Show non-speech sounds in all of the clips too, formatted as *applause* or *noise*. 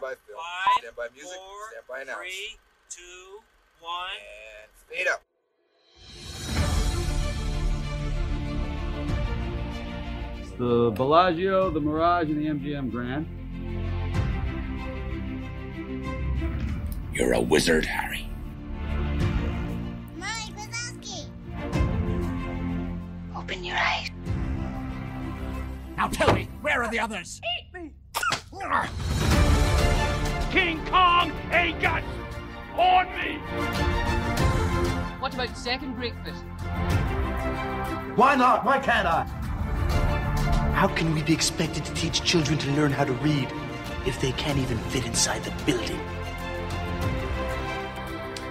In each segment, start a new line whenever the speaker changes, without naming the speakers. by, Phil.
Five,
Stand by music.
four,
Stand by announce.
Three, two, one.
And fade up.
It's the Bellagio, the Mirage, and the MGM Grand.
You're a wizard, Harry.
Mike Wazowski. Open your eyes.
Now tell me, where are the others?
King Kong ain't got on me!
What about second breakfast?
Why not? Why can't I?
How can we be expected to teach children to learn how to read if they can't even fit inside the building?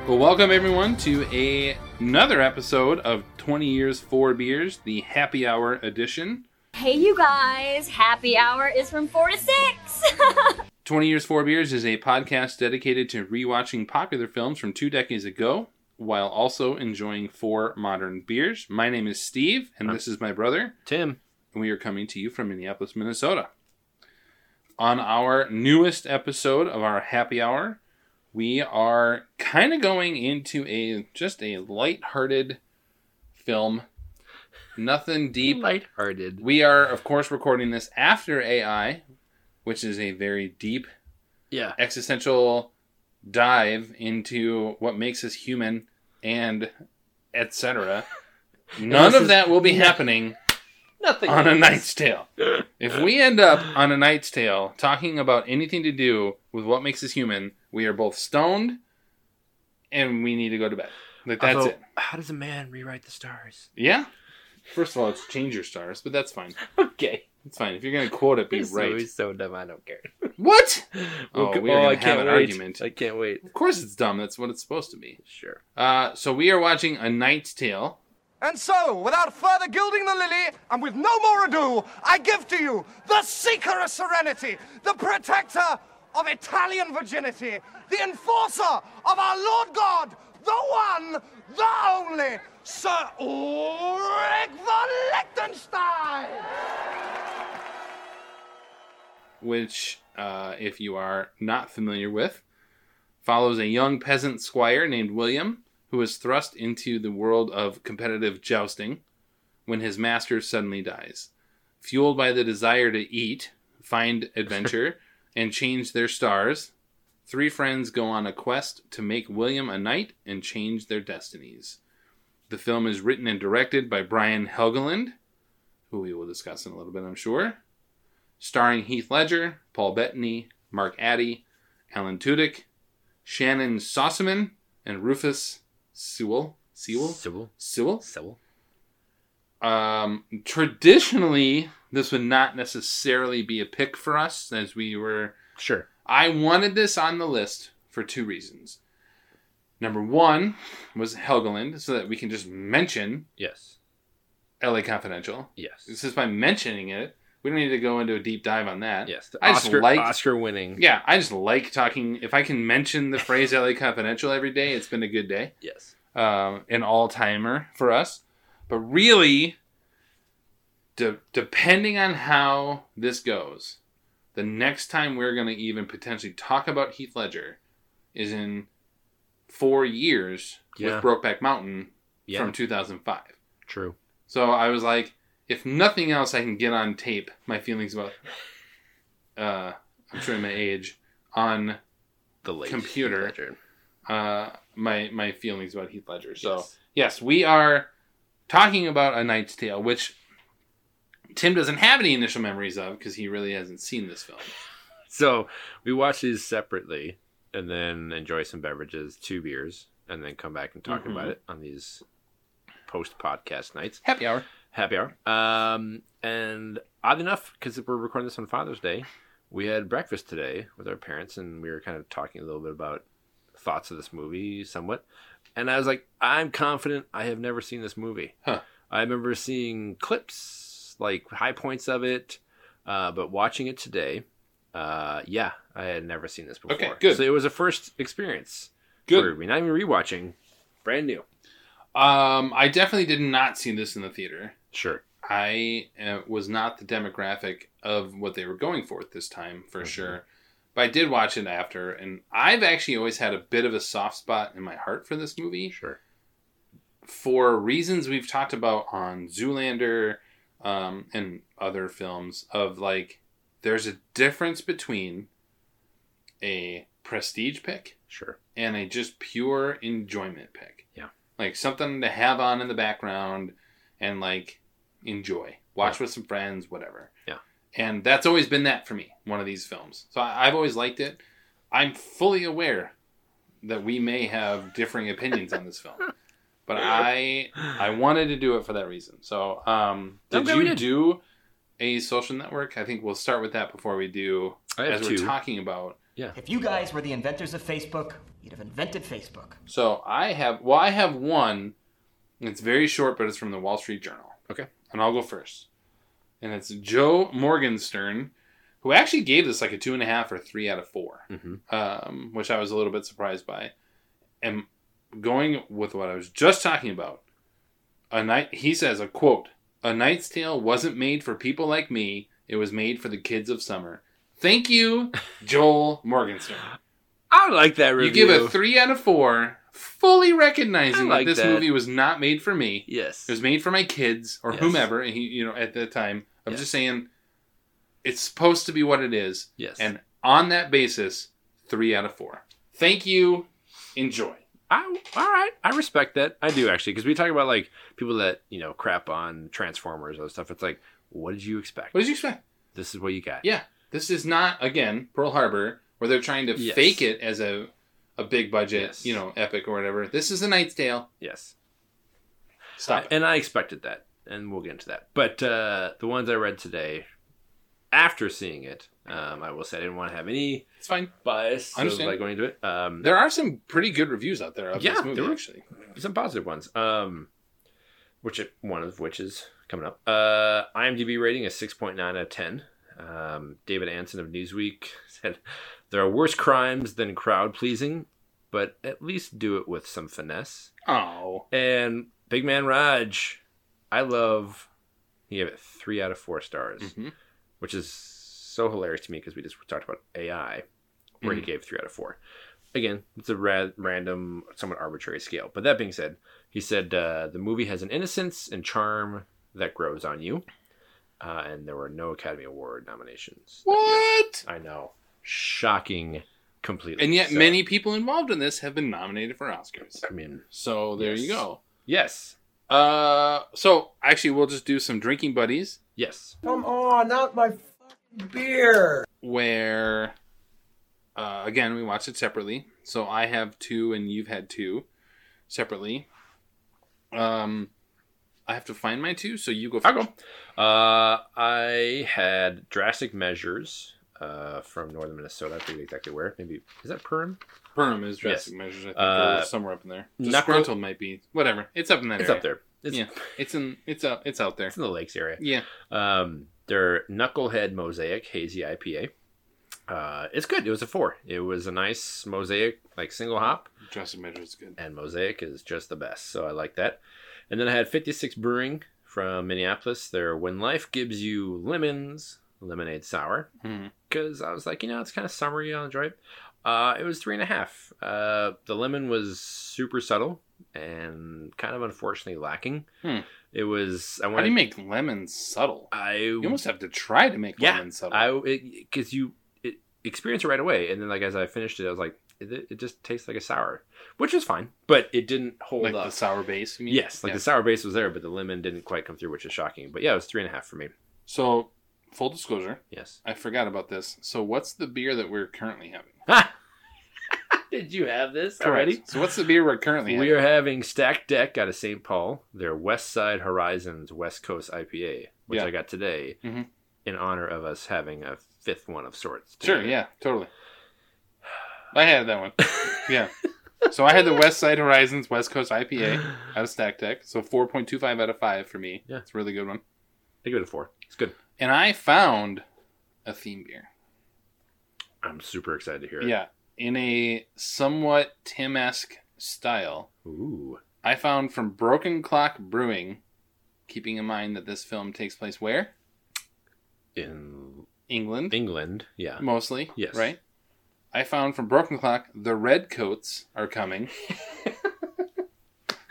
Well, welcome everyone to a, another episode of 20 Years, 4 Beers, the happy hour edition.
Hey, you guys! Happy hour is from 4 to *laughs* 6!
20 Years, 4 Beers is a podcast dedicated to rewatching popular films from two decades ago while also enjoying four modern beers. My name is Steve, and this is my brother,
Tim.
and we are coming to you from Minneapolis, Minnesota. On our newest episode of our happy hour, we are kind of going into a just a light-hearted film. Nothing deep.
Lighthearted.
We are, of course, recording this after AI, which is a very deep
Yeah.
existential dive into what makes us human and
*laughs*
etc. None
this
of
is-
that will
*laughs*
be happening
Nothing.
on a Knight's Tale. If we end up on a Knight's Tale talking about anything to do with what makes us human, we are both stoned and we need to go to bed. Like, that's
Although,
it.
How does a man rewrite the stars?
Yeah. First of all, it's change your stars, but that's fine.
Okay.
It's fine. If you're going to quote it, be
He's
right.
So, he's so dumb. I don't care.
What?
We'll
Oh,
go-
we are gonna
I
have
can't
an
wait.
argument.
I can't wait.
Of course it's dumb. That's what it's supposed to be.
Sure.
Uh, so we are watching A Knight's Tale.
And so, without further gilding the lily, and with no more ado, I give to you the Seeker of Serenity, the Protector of Italian virginity, the Enforcer of our Lord God, the One, the Only, Sir Ulrich von Liechtenstein!
which, uh, if you are not familiar with, follows a young peasant squire named William who is thrust into the world of competitive jousting when his master suddenly dies. Fueled by the desire to eat, find adventure, and change their stars, three friends go on a quest to make William a knight and change their destinies. The film is written and directed by Brian Helgeland, who we will discuss in a little bit, I'm sure starring Heath Ledger, Paul Bettany, Mark Addy, Alan Tudyk, Shannon Sossaman, and Rufus Sewell. Sewell?
Sybil.
Sewell?
Sybil.
Um, traditionally, this would not necessarily be a pick for us, as we were.
Sure.
I wanted this on the list for two reasons. Number one was Helgeland, so that we can just mention
Yes.
LA Confidential.
Yes.
Just by mentioning it, we don't need to go into a deep dive on that.
yes. The
I just
Oscar,
liked-
Oscar winning.
Yeah, I just like talking. If I can mention the phrase LA Confidential every day, it's been a good day.
Yes.
Um, an all timer for us. But really, de- depending on how this goes, the next time we're going to even potentially talk about Heath Ledger is in four years
Yeah.
with Brokeback Mountain
Yeah.
from 2005.
True.
So I was like, if nothing else, I can get on tape my feelings about, uh, I'm showing my age, on
The late
Computer.
Heath Ledger.
uh, my my feelings about Heath Ledger. So yes. we are talking about A Knight's Tale, which Tim doesn't have any initial memories of because he really hasn't seen this film.
So we watch these separately, and then enjoy some beverages, two beers, and then come back and talk
Mhm.
about it on these post-podcast nights.
Happy hour.
happy hour. Um, and odd enough, because we're recording this on Father's Day, we had breakfast today with our parents, and we were kind of talking a little bit about thoughts of this movie, somewhat. And I was like, I'm confident I have never seen this movie.
Huh.
I remember seeing clips, like high points of it, uh, but watching it today, uh, yeah, I had never seen this before.
Okay, good.
So it was a first experience.
Good.
For me. Not even rewatching, brand new.
Um, I definitely did not see this in the theater.
Sure.
I uh, was not the demographic of what they were going for at this time, for
Mhm.
sure. But I did watch it after, and I've actually always had a bit of a soft spot in my heart for this movie
Sure.
for reasons we've talked about on Zoolander um, and other films of like there's a difference between a prestige pick
Sure.
and a just pure enjoyment pick.
Yeah.
Like something to have on in the background and like enjoy, watch with some friends, whatever.
Yeah.
And that's always been that for me, one of these films. So I, I've always liked it. I'm fully aware that we may have differing opinions on this
*laughs*
film. But I I wanted to do it for that reason. So um
I'm
did
glad
you
we did.
do a social network? I think we'll start with that before we do
I have
as
two.
we're talking about
If you guys were the inventors of Facebook, you'd have invented Facebook.
So I have well, I have one. It's very short, but it's from the Wall Street Journal.
Okay.
and I'll go first. And it's Joe Morgenstern, who actually gave this like a two and a half or three out of 4
Mhm.
um, which I was a little bit surprised by. And going with what I was just talking about, a night he says a quote: "A Knight's Tale wasn't made for people like me. It was made for the kids of summer." Thank you, Joel Morgenstern.
I like that review.
You give a three out of four, fully recognizing
I like
that this
that.
movie was not made for me.
Yes.
It was made for my kids or
Yes.
whomever. And he, you know, at the time, I'm
Yes.
just saying, it's supposed to be what it is.
Yes.
And on that basis, three out of four. Thank you. Enjoy.
I all right. I respect that. I do actually because we talk about like people that you know crap on Transformers and stuff. It's like, what did you expect?
What did you expect?
This is what you got.
Yeah, this is not again Pearl Harbor where they're trying to
Yes.
fake it as a a big budget,
Yes.
you know, epic or whatever. This is a Knight's Tale.
Yes.
Stop it.
And I expected that, and we'll get into that. But uh, the ones I read today, after seeing it, um, I will say I didn't want to have any
It's fine.
bias of,
Understand.
like going into it. Um,
There are some pretty good reviews out there of
Yeah,
this movie,
there were.
actually.
some positive ones. Um, which it, one of which is coming up. Uh, IMDb rating is six point nine out of ten. Um, David Anson of Newsweek *laughs* said, "There are worse crimes than crowd pleasing, but at least do it with some finesse."
Oh,
And Big Man Raj, I love. He gave it three out of four stars,
Mhm.
which is so hilarious to me because we just talked about AI, where
Hmm.
he gave three out of four. Again, it's a ra- random, somewhat arbitrary scale. But that being said, he said uh, the movie has an innocence and charm that grows on you, uh, and there were no Academy Award nominations.
what?
I know, shocking, completely.
And yet,
So,
many people involved in this have been nominated for Oscars.
I mean,
So there you
Yes.
go.
yes,
Uh, so actually, we'll just do some drinking buddies
yes,
where, uh, again, we watched it separately. So I have two, and you've had two separately. Um, I have to find my two, so you go first.
I'll go. Uh, I had drastic measures uh, from northern Minnesota. I forget exactly where. Maybe is that Perm?
Perm is drastic
Yes.
measures. I think
Uh,
or somewhere up in there.
knuckle-
Disgruntled might be whatever. It's up in that
It's
area.
up there. It's,
yeah, it's in. It's up. It's out there.
it's in the lakes area.
Yeah.
Um, their Knucklehead Mosaic Hazy IPA. Uh, it's good. It was a four. It was a nice mosaic, like single hop,
Drastic measures is good.
and mosaic is just the best. So I like that. And then I had 56 Brewing from Minneapolis. Their When Life Gives You Lemons Lemonade Sour.
Hmm.
because I was like, you know, it's kind of summery on the drive. Uh, it was three and a half. Uh, the lemon was super subtle and kind of unfortunately lacking.
Hmm.
It was. I
How
wanted.
do you make lemon subtle?
I
You almost have to try to make
yeah.
lemon subtle.
I because you it, experience it right away, and then like as I finished it, I was like, it, it just tastes like a sour, which is fine, but it didn't hold
like
up.
the sour base. you mean?
uh, yes, like
Yeah.
the sour base was there, but the lemon didn't quite come through, which is shocking. But yeah, it was three and a half for me.
So, full disclosure,
Yes. *laughs*
I forgot about this. So, what's the beer that we're currently having?
Did you have this already?
So, what's the beer we're currently
We
having?
are having Stack Deck out of St. Paul, their West Side Horizons West Coast IPA, which
Yeah.
I got today
Mhm.
in honor of us having a fifth one of sorts.
Sure.
today. *gasps*
Yeah. Totally. I had
*laughs*
that one. yeah. So I had the West Side Horizons West Coast IPA out of Stack Deck. So 4.25 out of 5 for me.
Yeah.
It's a really good one.
I give it a four. It's good.
And I found a theme beer.
I'm super excited to hear it.
Yeah. In a somewhat Tim esque style.
Ooh.
I found from Broken Clock Brewing, keeping in mind that this film takes place where?
In
England,
England. Yeah.
mostly.
Yes.
Right? I found from Broken Clock the Redcoats are coming.
*laughs*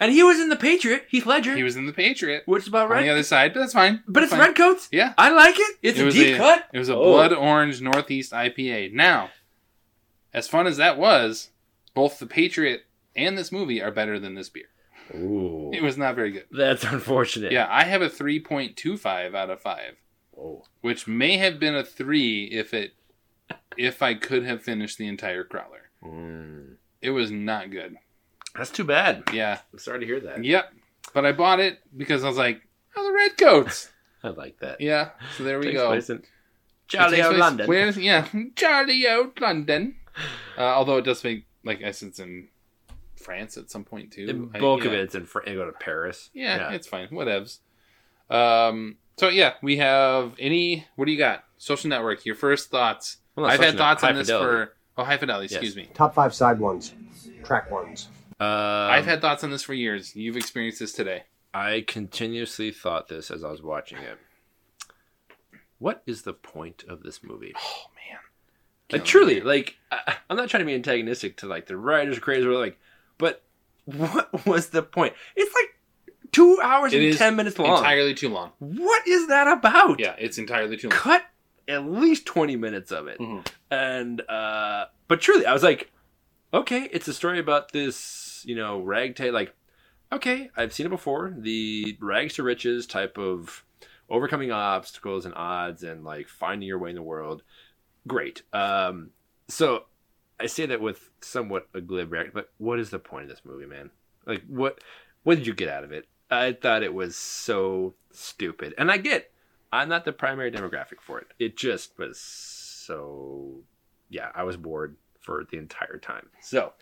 and he was in the Patriot, Heath Ledger.
He was in the Patriot.
Which is about
On the
right.
other side, but that's fine.
But it's
fine.
Redcoats.
Yeah.
I like it. It's a
was
deep cut.
It was a
Oh.
blood orange Northeast IPA. Now, as fun as that was, both the Patriot and this movie are better than this beer.
Ooh.
It was not very good.
That's unfortunate.
Yeah, I have a 3.25 out of 5,
Oh.
which may have been a 3 if it if I could have finished the entire crawler. It was not good.
Mm. That's too bad.
Yeah.
I'm sorry to hear that.
Yep. But I bought it because I was like, "Oh, the Redcoats."
I like that.
Yeah. So there we
Takes
go.
place in
It
Charlie
takes
O.
place-
London.
Where is, yeah, *laughs* Charlie O. London. Uh, although it does make, like I said, it's in France at some point too.
The
I-
bulk
yeah.
of it's in France. You go to Paris.
Yeah, it's fine. Whatevs. Um. So yeah, we have any. What do you got? Social network. Your first thoughts.
Well, not
I've had
Social Network,
thoughts on
High
this
Fidelity.
for. Oh, high fidelity.
Yes.
Excuse me.
Top five side ones, track ones.
Um,
I've had thoughts on this for years. You've experienced this today.
I continuously thought this as I was watching it. What is the point of this movie? Oh
man,
like Uh, truly, like I, I'm not trying to be antagonistic to like the writers, creators, or like, but what *laughs* was the point? It's like two hours
It
and
is
ten minutes long.
Entirely too long.
what is that about?
Yeah, it's entirely too long.
Cut at least twenty minutes of it, and uh, but truly, I was like, okay, it's a story about this, you know, ragtag like okay, I've seen it before. The rags to riches type of overcoming obstacles and odds and like finding your way in the world. Great. Um, so I say that with somewhat a glib reaction, but what is the point of this movie, man? Like, what what did you get out of it? I thought it was so stupid, and I get I'm not the primary demographic for it. It just was so yeah, I was bored for the entire time. So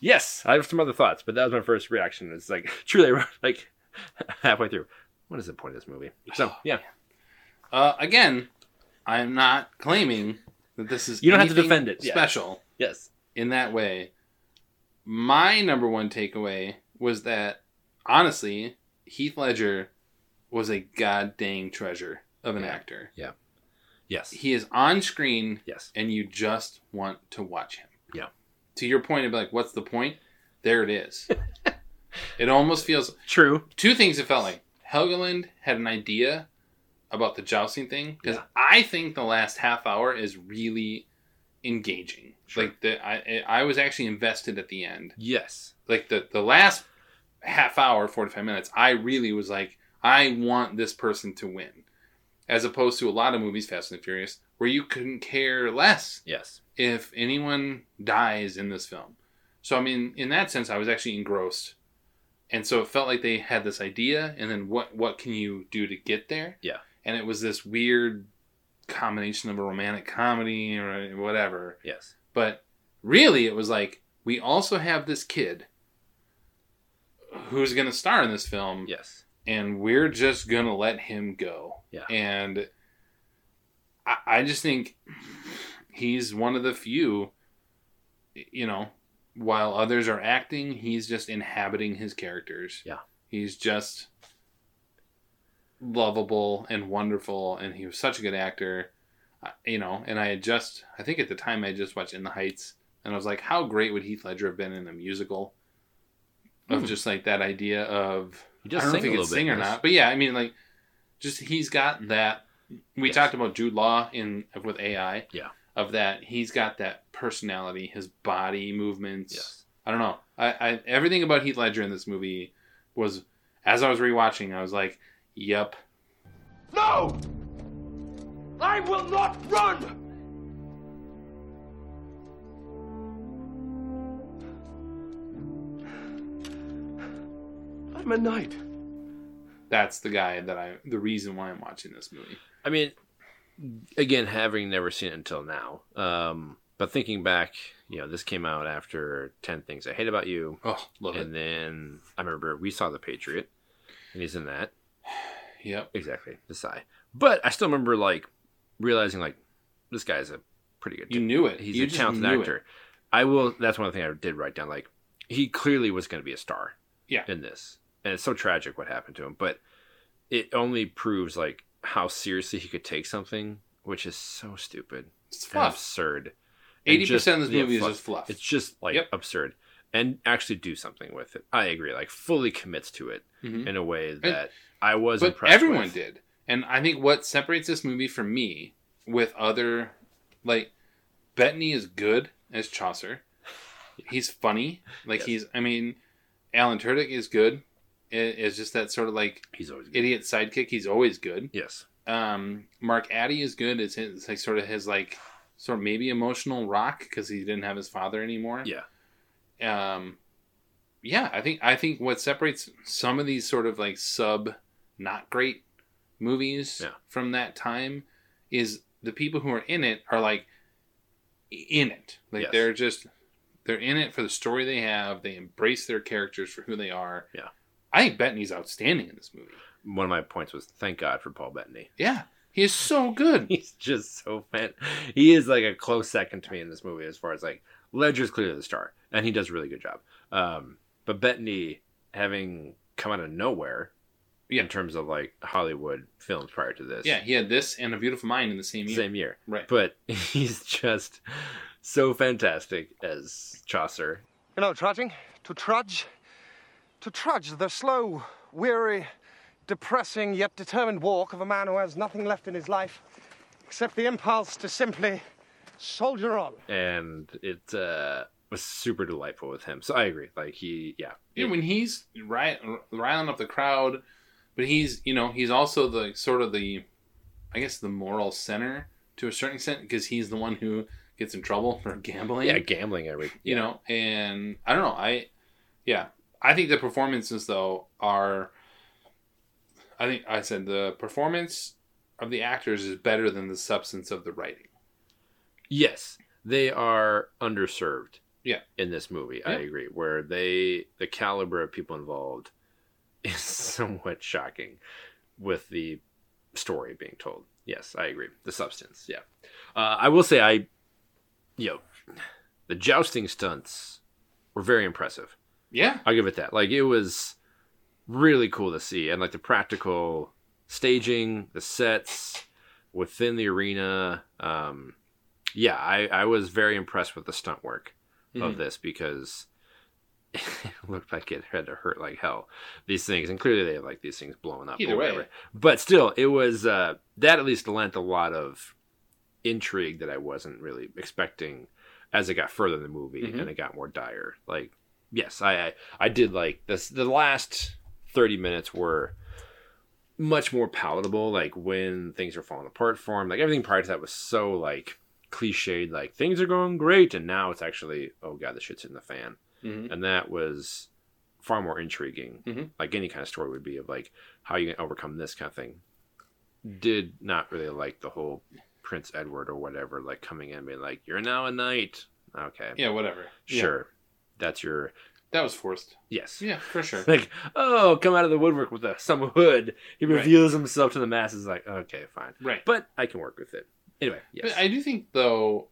yes, I have some other thoughts, but that was my first reaction. It's like *laughs* truly like halfway through. What is the point of this movie? So Oh, yeah,
Uh, again, I'm not claiming that this is
You don't have to
anything
defend it. Yeah.
Special,
yes,
in that way. My number one takeaway was that honestly, Heath Ledger was a god dang treasure of an actor.
yeah, yes,
He is on screen,
yes,
and you just want to watch him.
yeah.
To your point of like, what's the point? There it
*laughs*
is. it almost feels
True.
two things it felt like helgeland had an idea about the jousting thing because
Yeah.
i think the last half hour is really engaging like the I, I was actually invested at the end
Yes.
like the the last half hour 45 minutes i really was like i want this person to win as opposed to a lot of movies fast and furious where you couldn't care less
Yes.
if anyone dies in this film. So I mean, in that sense, I was actually engrossed, and so it felt like they had this idea, and then what what can you do to get there?
Yeah.
And it was this weird combination of a romantic comedy or whatever,
Yes.
but really it was like we also have this kid who's going to star in this film
Yes.
and we're just gonna let him go.
Yeah.
And I, I just think he's one of the few, you know, while others are acting, he's just inhabiting his characters.
Yeah.
He's just lovable and wonderful, and he was such a good actor. I- You know, and I had just, I think at the time I had just watched In the Heights, and I was like, how great would Heath Ledger have been in a musical? Of
Hmm.
just like that idea of
He does
I don't know
sing
if
a
he can
little bit
sing
in
or
this.
not, but yeah, I mean, like, just he's got that. We
Yes.
talked about Jude Law in with AI
Yeah.
of that. He's got that personality, his body movements.
Yes.
I don't know. I, I everything about Heath Ledger in this movie was, as I was rewatching, I was like, "Yep,
No! I will not run!
I'm a knight.
that's the guy that I. The reason why I'm watching this movie."
I mean, again, having never seen it until now, um, but thinking back, you know, this came out after Ten Things I Hate About You,
Oh, love
and
it.
then I remember we saw The Patriot, and he's in that.
Yep.
Exactly, the sigh. But I still remember like realizing like this guy's a pretty good.
You knew it.
He's
You
a
just
talented
knew it.
actor. I will. That's one thing I did write down. Like he clearly was going to be a star.
Yeah.
In this, and it's so tragic what happened to him, but it only proves like how seriously he could take something, which is so stupid
It's
and
fluff.
absurd. and
80%
just-
of this
yeah,
movie is just fluff.
It's just like absurd, and actually do something with it. I agree. Like fully commits to it
Mhm.
in a way
And-
that I was
but
impressed.
everyone
with.
did and i think what separates this movie from me with other like bettany is good as chaucer he's funny like he's i mean alan turdick is good I- it's just that sort of like
he's always
idiot sidekick he's always good
yes
um mark addy is good it's, his, like sort of his like sort of maybe emotional rock because he didn't have his father anymore
yeah
um yeah i think i think what separates some of these sort of like sub not great movies from that time is the people who are in it are like in it like
Yes.
they're just they're in it for the story they have they embrace their characters for who they are
yeah
i think bettany's outstanding in this movie
One of my points was thank God for Paul Bettany.
yeah he is so good.
*laughs* He's just so fan. He is like a close second to me in this movie as far as like Ledger's clearly the star, and he does a really good job. Um, but Bettany having come out of nowhere, in terms of like Hollywood films prior to this,
yeah he had this and a beautiful mind in the same year
same year,
right
But *laughs* he's just so fantastic as Chaucer.
You know, trudging, to trudge, to trudge the slow, weary, depressing, yet determined walk of a man who has nothing left in his life except the impulse to simply soldier on.
and it uh, was super delightful with him. So I agree. Like he, yeah,
Yeah, when he's ri- riling up the crowd, but he's you know he's also the sort of the, I guess the moral center to a certain extent because he's the one who gets in trouble for *laughs* gambling.
yeah, gambling every,
you know, and I don't know. I yeah, I think the performances though are, I think I said the performance of the actors is better than the substance of the writing.
Yes, they are underserved.
Yeah.
in this movie, I
Yeah.
agree. Where they, the caliber of people involved, *laughs* is somewhat shocking, with the story being told. Yes, I agree. The substance. Yeah, uh, I will say I, you know, the jousting stunts were very impressive.
Yeah.
I'll give it that. Like it was really cool to see, and like the practical staging, the sets within the arena. Um, yeah, I, I was very impressed with the stunt work
Mhm.
of this because *laughs* it looked like it had to hurt like hell. These things, and clearly they have like these things blowing up. or
Either way.
whatever. but still, it was uh, that at least lent a lot of intrigue that I wasn't really expecting as it got further in the movie
Mhm.
and it got more dire. Like, yes, I I, I did like this. The last thirty minutes were much more palatable. Like when things are falling apart for him, like everything prior to that was so like cliched. Like things are going great, and now it's actually oh god, the shit's hitting the fan,
Mhm.
and that was far more intriguing.
Mhm.
Like any kind of story would be of like how you can overcome this kind of thing. Did not really like the whole Prince Edward or whatever, like coming in and being like, "You're now a knight." Okay.
Yeah, whatever. Yeah.
Sure. That's your.
That was forced.
Yes.
Yeah, for
*laughs*
sure.
Like, oh, come out of the woodwork with a, some hood. He
Right.
reveals himself to the masses. Like, okay, fine.
Right.
But I can work with it. Anyway, yes.
But I do think though,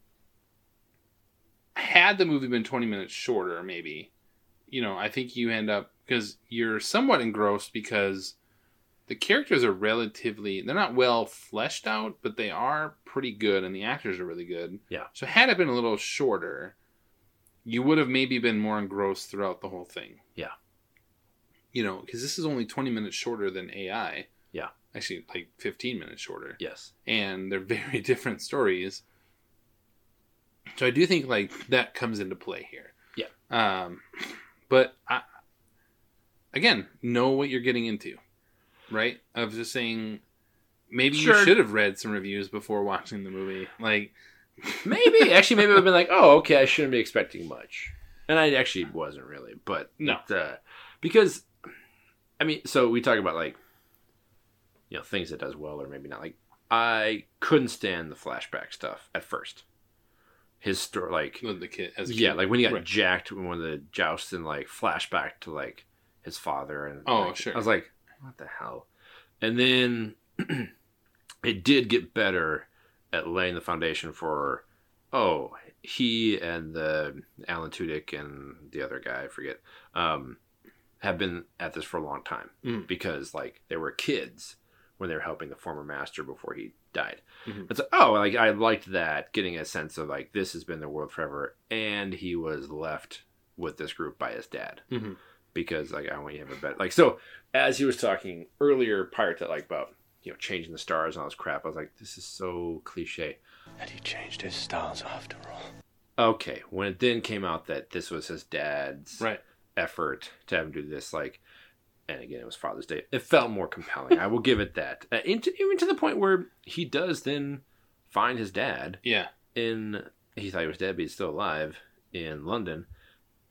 had the movie been twenty minutes shorter, maybe, you know, I think you end up because you're somewhat engrossed because the characters are relatively they're not well fleshed out, but they are pretty good and the actors are really good.
Yeah.
So had it been a little shorter, you would have maybe been more engrossed throughout the whole thing.
Yeah.
You know, because this is only twenty minutes shorter than AI.
Yeah.
Actually, like fifteen minutes shorter
Yes.
and they're *laughs* very different stories. So I do think like that comes into play here.
Yeah.
Um, but I, again, know what you're getting into, right? Of just saying, maybe
Sure.
you should have read some reviews before watching the movie. Like,
Maybe. Actually, maybe it would have been like, oh, okay, I shouldn't be expecting much. And I actually wasn't really. But
No.
it, uh, because, I mean, so we talk about like, you know, things it does well or maybe not. Like, I couldn't stand the flashback stuff at first. His story, like,
with the kid as a
yeah,
kid.
like when he got
Right.
jacked in one of the jousts and like flashback to like his father and
Oh,
like,
sure.
I was like, what the hell? And then *clears throat* it did get better at laying the foundation for oh he and the Alan Tudyk and the other guy I forget um, have been at this for a long time
Mm.
because like they were kids when they were helping the former master before he died.
Mm-hmm.
It's like, oh, like I liked that, getting a sense of like this has been the world forever, and he was left with this group by his dad
Mhm.
because like I want you to have a better like. So as he was talking earlier, prior to like about you know changing the stars and all this crap, I was like, this is so cliche.
And he changed his styles after all.
Okay, when it then came out that this was his dad's effort to have him do this, like, and again, it was Father's Day. It felt more compelling. I will give it that. Uh, into, even to the point where he does then find his dad.
Yeah.
In he thought he was dead, but he's still alive in London,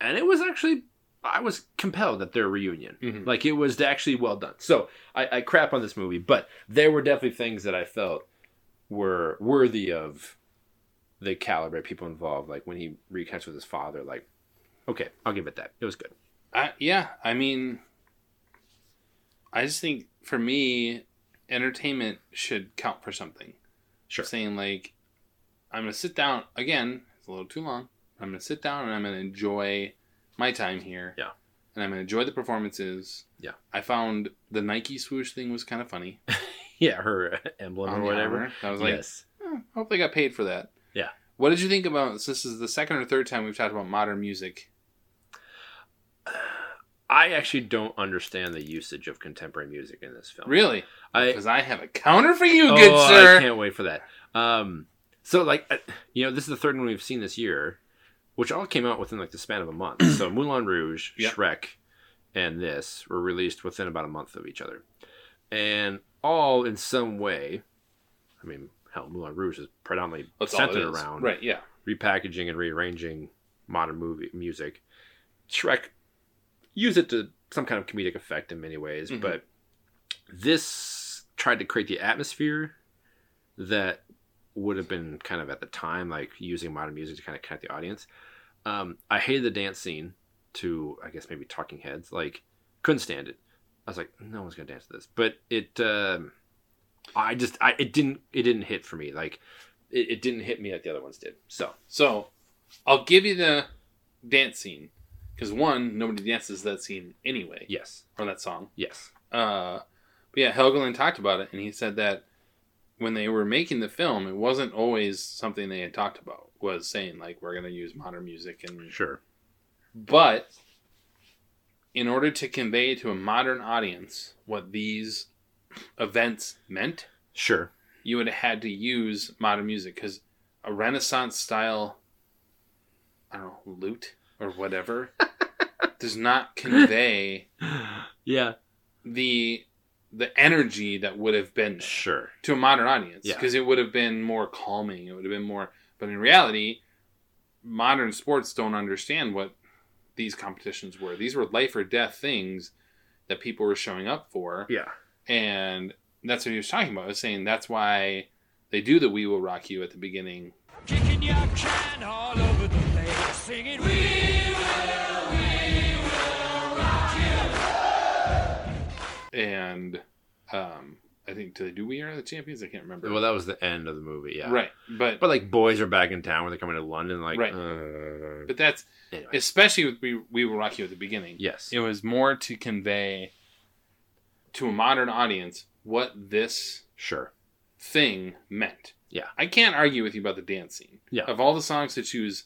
and it was actually I was compelled at their reunion.
Mhm.
Like it was actually well done. So I, I crap on this movie, but there were definitely things that I felt were worthy of the caliber of people involved. Like when he reconnects with his father, like okay, I'll give it that. It was good.
I, yeah, I mean, I just think for me, entertainment should count for something.
Sure.
Saying like, I'm gonna sit down again. It's a little too long. I'm gonna sit down and I'm gonna enjoy my time here.
Yeah.
And I'm gonna enjoy the performances.
Yeah.
I found the Nike swoosh thing was kind of funny.
yeah, her *laughs* emblem
On
or
the
whatever.
armor. I was like,
yes. *sighs*
"Oh, I hope they got paid for that.
Yeah.
What did you think about? so This is the second or third time we've talked about modern music.
I actually don't understand the usage of contemporary music in this film.
Really?
Because
I, have a counter for you, good sir.
Oh. I can't wait for that. Um, so like, I- you know, this is the third one we've seen this year, which all came out within like the span of
*clears throat*
a month. so Moulin Rouge,
Yep.
Shrek, and this were released within about a month of each other, and all in some way. I mean, hell, Moulin Rouge is predominantly
That's all it
centered
is.
around
Right, yeah.
repackaging and rearranging modern movie music. Shrek use it to some kind of comedic effect in many ways,
Mhm.
but this tried to create the atmosphere that would have been kind of at the time, like using modern music to kind of connect the audience. Um, I hated the dance scene to, I guess, maybe Talking Heads. Like, couldn't stand it. I was like, no one's gonna dance to this. But it, um, I just, I it didn't, it didn't hit for me. Like, it, it didn't hit me like the other ones did. So,
So, I'll give you the dance scene because one, nobody dances that scene anyway.
Yes,
or that song.
Yes.
Uh, but yeah, Helgeland talked about it, and he said that when they were making the film, it wasn't always something they had talked about. Was saying like we're gonna use modern music and
sure,
but in order to convey to a modern audience what these events meant,
sure,
you would have had to use modern music because a Renaissance style, I don't know, lute or whatever, does not convey
yeah,
the the energy that would have been there
sure,
to a modern audience
Yeah.
because it would have been more calming. It would have been more, but in reality, modern sports don't understand what these competitions were. These were life or death things that people were showing up for.
yeah,
And that's what he was talking about. I was saying that's why they do the We Will Rock You at the beginning.
Kicking your can all over the place, singing, We will, we will rock
And um, I think, do they do We Are the Champions? I can't remember.
Well, that was the end of the movie, yeah.
Right, but-
but like boys are back in town when they're coming to London, like
Right.
uh,
But that's
Anyway.
especially with we, we Will Rock You at the beginning.
Yes.
It was more to convey to a modern audience what this
sure
thing meant.
Yeah.
I can't argue with you about the dance scene.
Yeah.
Of all the songs to choose,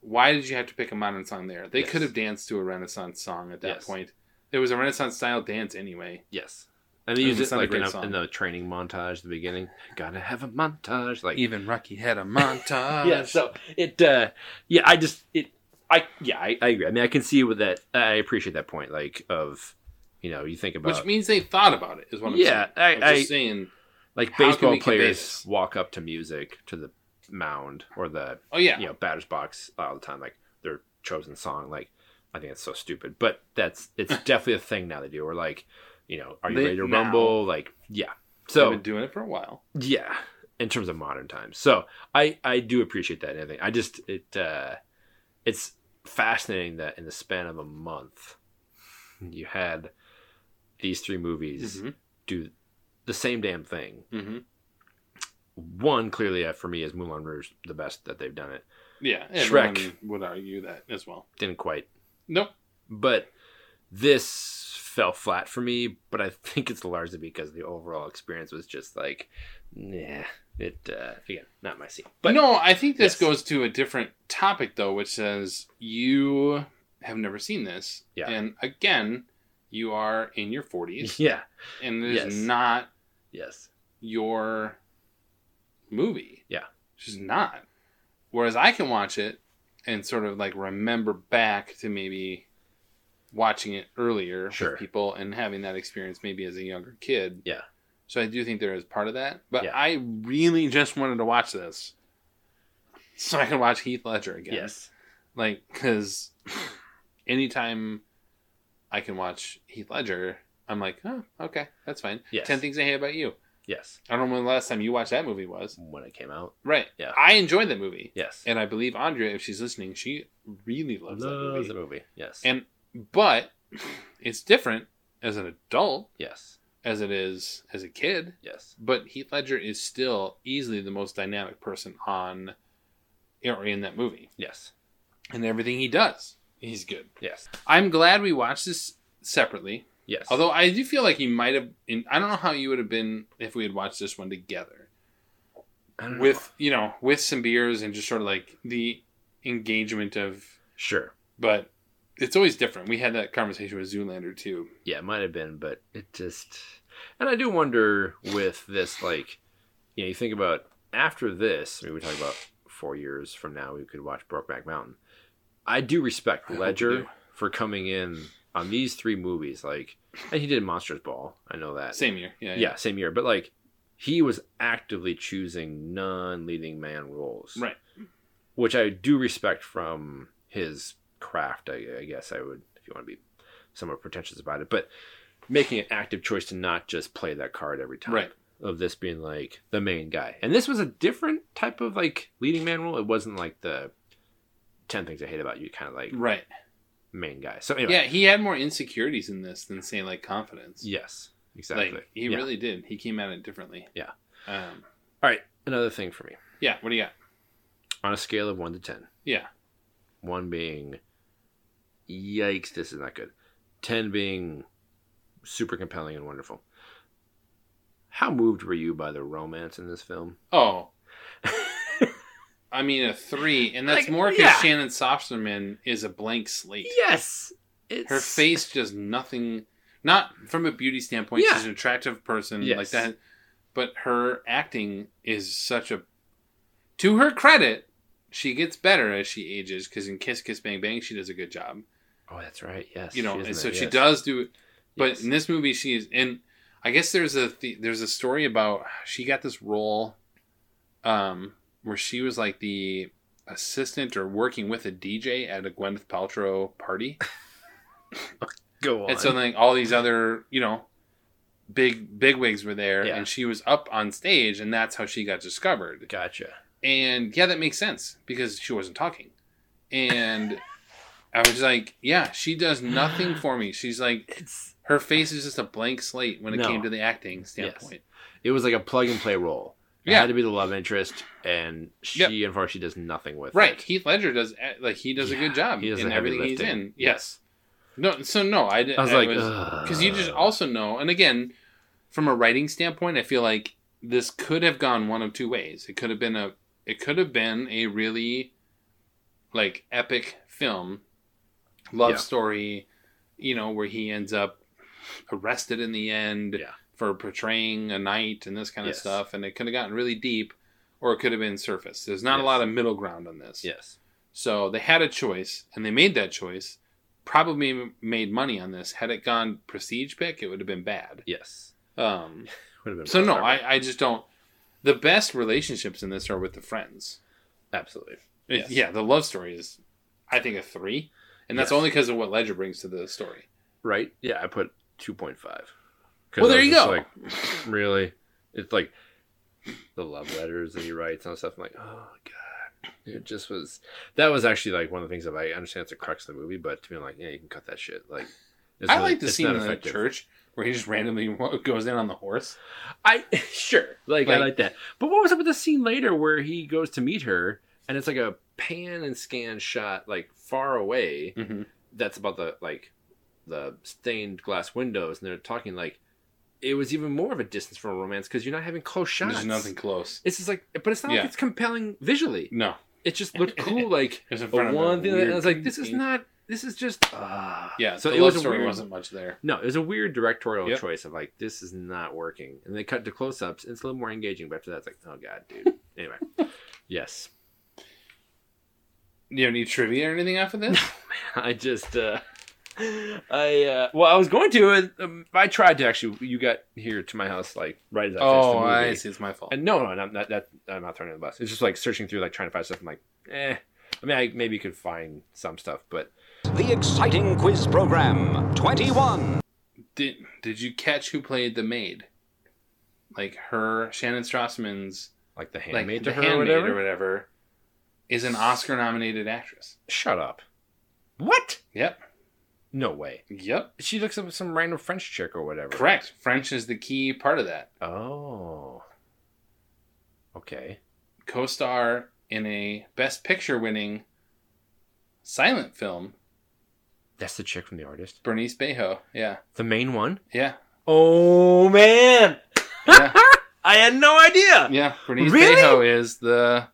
why did you have to pick a modern song there? They
Yes.
could have danced to a Renaissance song at that
Yes.
point. It was a Renaissance style dance anyway.
yes. And they use
it's
it
not a
like in,
great
a,
song.
in the training montage at the beginning. Gotta have a montage, like
even Rocky had a montage.
yeah, so it, uh, yeah, I just it, I yeah, I, I agree. I mean, I can see with that. I appreciate that point, like of, you know, you think about
Which means they thought about it, is what I'm
yeah,
saying.
I,
I'm
I,
just saying.
like
how can
baseball
we convey
players
this?
walk up to music to the mound or the
Oh, yeah.
you know batter's box all the time, like their chosen song. Like I think it's so stupid, but that's
*laughs*
it's definitely a thing now they do. Or like, you know, are you
They-
ready to
now.
rumble? Like, yeah.
They've
So
been doing it for a while.
yeah, in terms of modern times. So I I do appreciate that. And everything. I just it uh, it's fascinating that in the span of a month, you had these three movies
Mhm.
do the same damn thing.
Mm-hmm.
One clearly uh, for me is Moulin Rouge, the best that they've done it.
Yeah.
Shrek
everyone would argue that as well.
didn't quite.
Nope.
But this fell flat for me, but I *laughs* think it's largely because the overall experience was just like, nah, it uh, again
*laughs*
not my scene.
But no, I think this goes to a different topic though, which says you have never seen this,
Yeah.
and again, you are in your
*laughs*
forties,
Yeah.
and it is
Yes.
not
yes
your movie,
yeah,
it's just not. Whereas I can watch it and sort of like remember back to maybe watching it earlier
Sure.
with people and having that experience maybe as a younger kid.
Yeah.
So I do think there is part of that, but
Yeah.
I really just wanted to watch this so I can watch Heath Ledger again.
Yes.
Like cuz *laughs* anytime I can watch Heath Ledger, I'm like, "Oh, okay, that's fine."
Yes.
10 things I hate about you.
yes,
I don't know when the last time you watched that movie was.
When it came out.
Right.
Yeah.
I enjoyed that movie.
Yes.
And I believe Andrea, if she's listening, she really loves, that movie.
Loves that movie, yes.
And but *sighs* it's different as an adult.
Yes.
As it is as a kid.
Yes.
But Heath Ledger is still easily the most dynamic person on or in that movie.
Yes.
And everything he does, he's good.
Yes.
I'm glad we watched this separately.
Yes.
Although I do feel like you might have, in, I don't know how you would have been if we had watched this one together,
don't
with you know, with some beers and just sort of like the engagement of
sure.
But it's always different. We had that conversation with Zoolander too.
Yeah, it might have been, but it just. And I do wonder with this, like, you know, you think about after this, I mean, we talk about four years from now, we could watch Brokeback Mountain. I do respect
hope we
Ledger
do.
for coming in on these three movies. Like, and he did Monsters Ball. I know that.
Same year. Yeah,
Yeah,
yeah.
same year. But, like, he was actively choosing non leading man roles.
Right.
Which I do respect from his craft, I, I guess I would, if you want to be somewhat pretentious about it. But making an active choice to not just play that card every time.
Right.
Of this being like the main guy. And this was a different type of like leading man role. It wasn't like the 10 things I hate about you kind of like
Right.
main guy. So anyway.
Mm. Yeah, he had more insecurities in this than say like confidence.
Yes, exactly.
Like, he
Yeah.
really did. He came at it differently.
Yeah.
Um,
All right. Another thing for me
yeah. What do you got?
on a scale of one to 10,
Yeah.
one being yikes, this is not good, 10 being super compelling and wonderful. How moved were you by the romance in this film? *laughs*
Oh. I mean a three, and that's
Like,
more because
yeah.
Shannon Softerman is a blank slate.
Yes,
her face just nothing. Not from a beauty standpoint,
Yeah.
she's an attractive person like
Yes.
that, but her acting is such a. To her credit, she gets better as she ages because in Kiss Kiss Bang Bang she does a good job.
Oh, that's right. Yes,
you know,
is in
and so
that,
she
yes.
does do it. But
Yes.
in this movie, she is, and I guess there's a th- there's a story about she got this role, um, where she was like the assistant or working with a DJ at a Gwyneth Paltrow party.
Go on.
And so then all these other, you know, big big wigs were there,
Yeah.
and she was up on stage, and that's how she got discovered.
Gotcha.
And yeah, that makes sense because she wasn't talking,
*laughs*
and I was like, yeah, she does nothing for me. She's like, her face is just a blank slate when it
No.
came to the acting standpoint.
It was like a plug and play role. It
Yeah.
had to be the love interest, and she unfortunately does nothing with
Right,
it.
Heath Ledger does eh, like he does a good job
he does
in
the heavy
everything he's
lifting.
in. Yes. No, so no, I,
I was like, uh, "Ugh."
because you just also know, and again, from a writing standpoint, I feel like this could have gone one of two ways. It could have been a, it could have been a really, like epic film, love
Yeah.
story, you know, where he ends up arrested in the end for portraying a knight and this kind
Yes.
of stuff, and it could have gotten really deep, or it could have been surface. There's not a lot of middle ground on this.
Yes.
So they had a choice, and they made that choice. Probably made money on this. Had it gone prestige pick, it would have been bad.
Yes.
Um,
Would have been
so no,
better.
I, I just don't. The best relationships in this are with the friends.
Absolutely.
It-
Yes.
Yeah, the love story is, I think, a three, and that's
Yes.
only because of what Ledger brings to the story.
Right? Yeah, I put 2.5.
Well, there
I was
you
just
go.
Like, *laughs* really? It's like the love letters that he writes and stuff. I'm like, oh, God. It just was. That was actually like one of the things that I understand it's a crux of the movie, but to be like, yeah, you can cut that shit. Like, it's
I
not- e,
like the
it's
scene
not
in the
effective.
church where he just randomly *laughs* wa- goes in on the horse.
I *laughs* sure like, I like that. But what was up with the scene later where he goes to meet her and it's like Mm-hmm. a pan and scan shot like far away that's about the like the stained glass windows, and they're talking like it was even more of a distance from a romance because you're not having close shots.
There's nothing close.
It's just like, but it's not
Yeah.
like it's compelling visually.
No.
it
*laughs*
just looked cool. Like
It was in
the
front of a
one thing, that- and I was like,
weird-
this is not. This is just. ah.
Yeah,
So
the
it
love
was a
story
weird-
wasn't much there.
No, it was a weird directorial
Yep.
choice of like this is not working, and they cut to close-ups. And it's a little more engaging, but after that, it's like, oh god, dude. anyway,
*laughs*
yes,
You have any trivia or anything off of this?
I just. uh I uh well, I was going to, and um, I tried to actually. You got here to my house like right as I finished the
oh,
movie.
I see. It's my fault.
And no, no, no, I'm not that I'm not throwing it on the bus. It's just like searching through, like trying to find stuff. I'm like, eh. I mean, I maybe could find some stuff, but
The exciting quiz program 21.
Did Did you catch who played the maid? Like her, Shannon Strassman's,
like the
handmaid,
handmaid to her or
or
whatever?
whatever, is an Oscar-nominated actress.
shut up. What?
Yep.
No way.
Yep.
She looks up with some random French chick or whatever.
Correct. French is the key part of that.
Oh. Okay.
Co-star in a Best Picture-winning silent film,
That's the chick from the artist.
Bernice Bejo. Yeah.
The main one?
Yeah.
Oh man. *laughs* I had no idea.
Yeah. Bernice
Really?
Bejo is the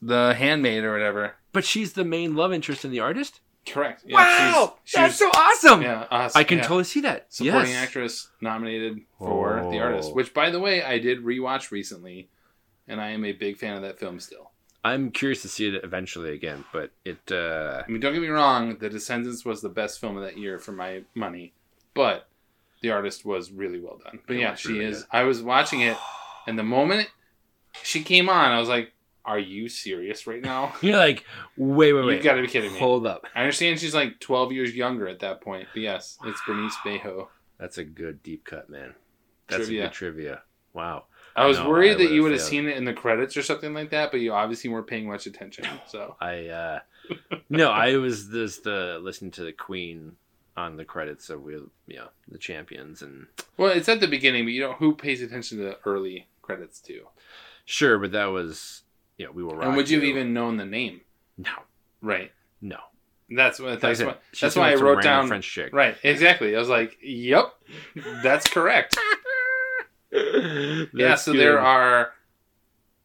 the handmaid or whatever.
But she's the main love interest in the artist?
Correct.
Wow! That's so awesome!
Yeah, us-
I can
yeah.
totally see that.
Supporting
Yes.
actress nominated for
Oh.
The Artist, which, by the way, I did rewatch recently, and I am a big fan of that film still.
I'm curious to see it eventually again, but it uh
I mean, don't get me wrong, The Descendants was the best film of that year for my money, but The Artist was really well done. But
It
yeah,
was
she
really
is.
good.
I was watching
*sighs*
it, and the moment she came on, I was like, "Are you serious right now?"
*laughs* You're like, wait, wait, wait.
You've got to be kidding me.
Hold up.
I understand she's like 12 years younger at that point, but yes, it's Bernice Bejo.
That's a good deep cut, man. That's
Trivia.
a good trivia. Wow.
I was
No,
worried
I
that you would have
failed.
seen it in the credits or something like that, but you obviously weren't paying much attention. So
I uh no, I was just uh listening to the Queen on the credits of we yeah, the champions and
well, it's at the beginning, but you know who pays attention to the early credits too.
sure, but that was you know, we were
and would you have even known the name?
No.
Right.
No.
That's what.
I
That's
said,
what.
she
That's
seemed
why
like
I
some
wrote
random
down
French chick.
Right. Exactly. I was like, "Yep, that's
*laughs*
correct." yeah.
That's
So
good.
there are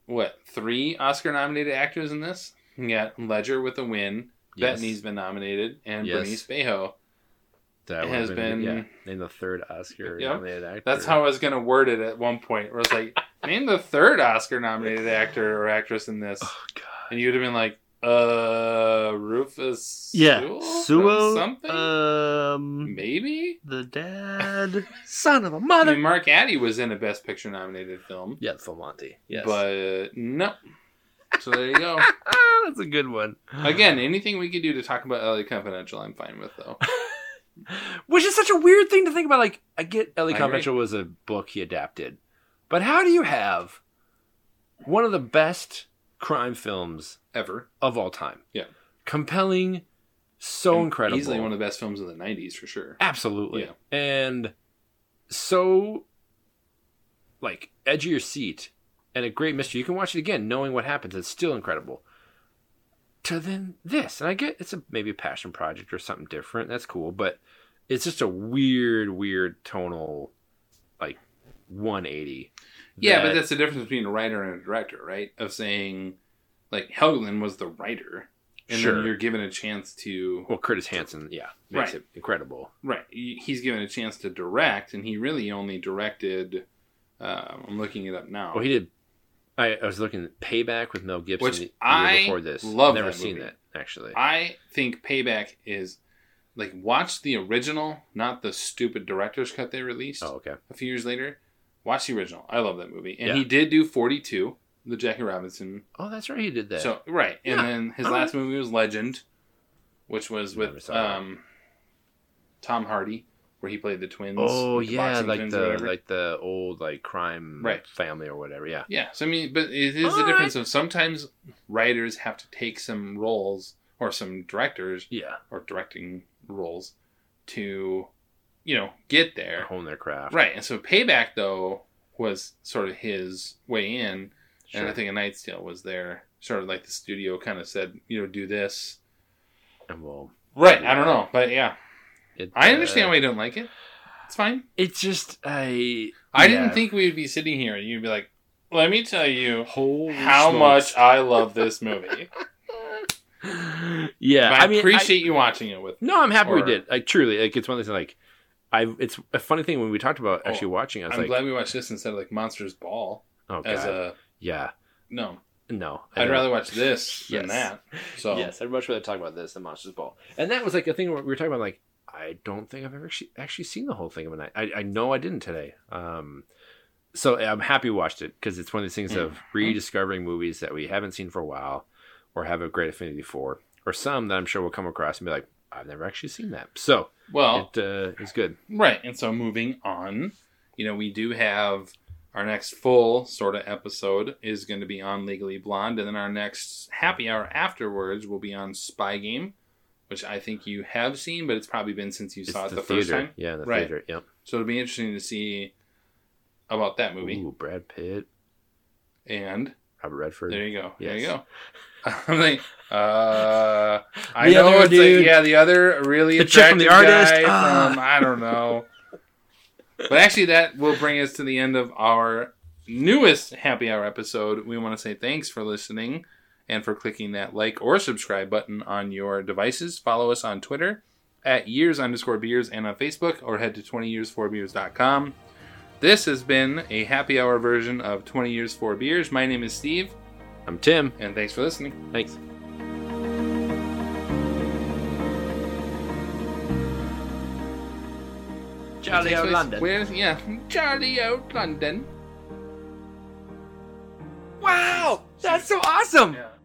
what three Oscar-nominated actors in this? Yeah, Ledger with a win.
Yes.
Bettany's been nominated, and
Yes.
Bernice Bejo.
that
It
would have
has been-
yeah, in the third Oscar
Yeah,
nominated actor.
That's how I was gonna word it at one point, where I was
*laughs*
like, "Name the third Oscar-nominated actor or actress in this,"
Oh,
and you'd have been like, "Uh, Rufus,
Yeah,
Sewell
Sewell.
from something,
Um,
maybe
the
*laughs*
dad, son of a mother.
I mean, Mark Addy was in a Best Picture nominated film.
Yeah, Fulmonti. Yes.
But uh, no. So there you
*laughs*
go.
Ah, That's a good one.
Again, anything we could do to talk about LA Confidential, I'm fine with though.
*sighs* Which is such a weird thing to think about. Like, I get
I
Ellie
agree.
Confidential was a book he adapted, but how do you have one of the best crime films
ever
of all time?
Yeah.
compelling, so
And
incredible,
Easily one of the best films of the '90s for sure.
absolutely,
Yeah.
and so like edge of your seat and a great mystery. You can watch it again, knowing what happens. It's still incredible. To then this, and I get it's a maybe a passion project or something different. That's cool, but it's just a weird, weird tonal, like 180.
Yeah, but
that-
that's the difference between a writer and a director, right? Of saying, like Helgeland was the writer, and
Sure.
then you're given a chance to
well, Curtis Hanson, yeah, makes
Right.
it incredible.
right. he- He's given a chance to direct, and he really only directed. Uh, I'm looking it up now.
Well, he did. I, I was looking at Payback with Mel Gibson
Which
the year
I
before this.
love
never
that
seen
movie.
that actually.
I think Payback is like watch the original, not the stupid director's cut they released.
Oh, okay.
A few years later, watch the original. I love that movie, and
Yeah.
he did do 42, the Jackie Robinson.
oh, that's right, he did that.
So right, and
Yeah,
then his
all
last
right.
movie was Legend, which was
Never
with
saw that.
um, Tom Hardy, where he played the twins.
Oh
like the
yeah,
boxing
like
twins or
the
whatever.
like the old like crime
Right.
family or whatever. Yeah.
Yeah, so I mean, but it is the
Alright.
difference of sometimes writers have to take some roles or some directors,
yeah,
or directing roles to, you know, get there,
hone their craft,
right? And so payback though was sort of his way in, and I
Sure.
think a Night's Tale was there, sort of like the studio kind of said, you know, do this,
and we'll
right? I don't know, but yeah,
It,
I understand
uh,
why you don't like it. It's fine.
It's just I.
I
yeah.
didn't think we would be sitting here and you'd be like, "Let me tell you how
smokes.
much I love this
*laughs*
movie."
Yeah,
But I,
I mean, I-
appreciate you watching it with. me.
No, I'm happy we
Or-
did. Like truly, like it's one of those like, I. It's a funny thing when we talked about actually watching. I was
Oh, I'm
like,
glad we watched this instead of like Monsters Ball.
oh god,
as a
yeah,
no,
no. I
I'd
don't-
rather
*laughs*
watch this than that. So
yes, I'd much rather talk about this than Monsters Ball. And that was like a thing where we were talking about. Like, I don't think I've ever actually, actually seen the whole thing of a night. I, I know I didn't today. Um, so I'm happy we watched it because it's one of these things of
Mhm.
rediscovering movies that we haven't seen for a while, or have a great affinity for, or some that I'm sure we'll come across and be like, I've never actually seen that. So
Well-
it uh, is good.
Right. And so moving on, you know, we do have our next full sort of episode is going to be on Legally Blonde. And then our next happy hour afterwards will be on Spy Game, which I think you have seen, but it's probably been since you saw it
the
the, first
theater.
time.
Yeah, the
right.
theater, yep.
So it'll be interesting to see about that movie.
Ooh, Brad Pitt,
And
Robert Redford.
there you go. There you
Yes.
go. *laughs* I'm like, uh, I
The
know
other
it's
dude.
like, yeah, the other really
The chick from
attractive
The Artist.
guy
Ah.
from, I don't know. but actually, that will bring us to the end of our newest happy hour episode. We want to say thanks for listening and for clicking that like or subscribe button on your devices. Follow us on Twitter at years underscore beers and on Facebook or head to 20years4beers.com. This has been a happy hour version of 20 Years 4 Beers. My name is Steve.
I'm Tim.
And thanks for listening.
Thanks.
It
Charlie
takes place-
O'London.
Where is yeah. Charlie O'London.
Wow, that's so awesome.
Yeah.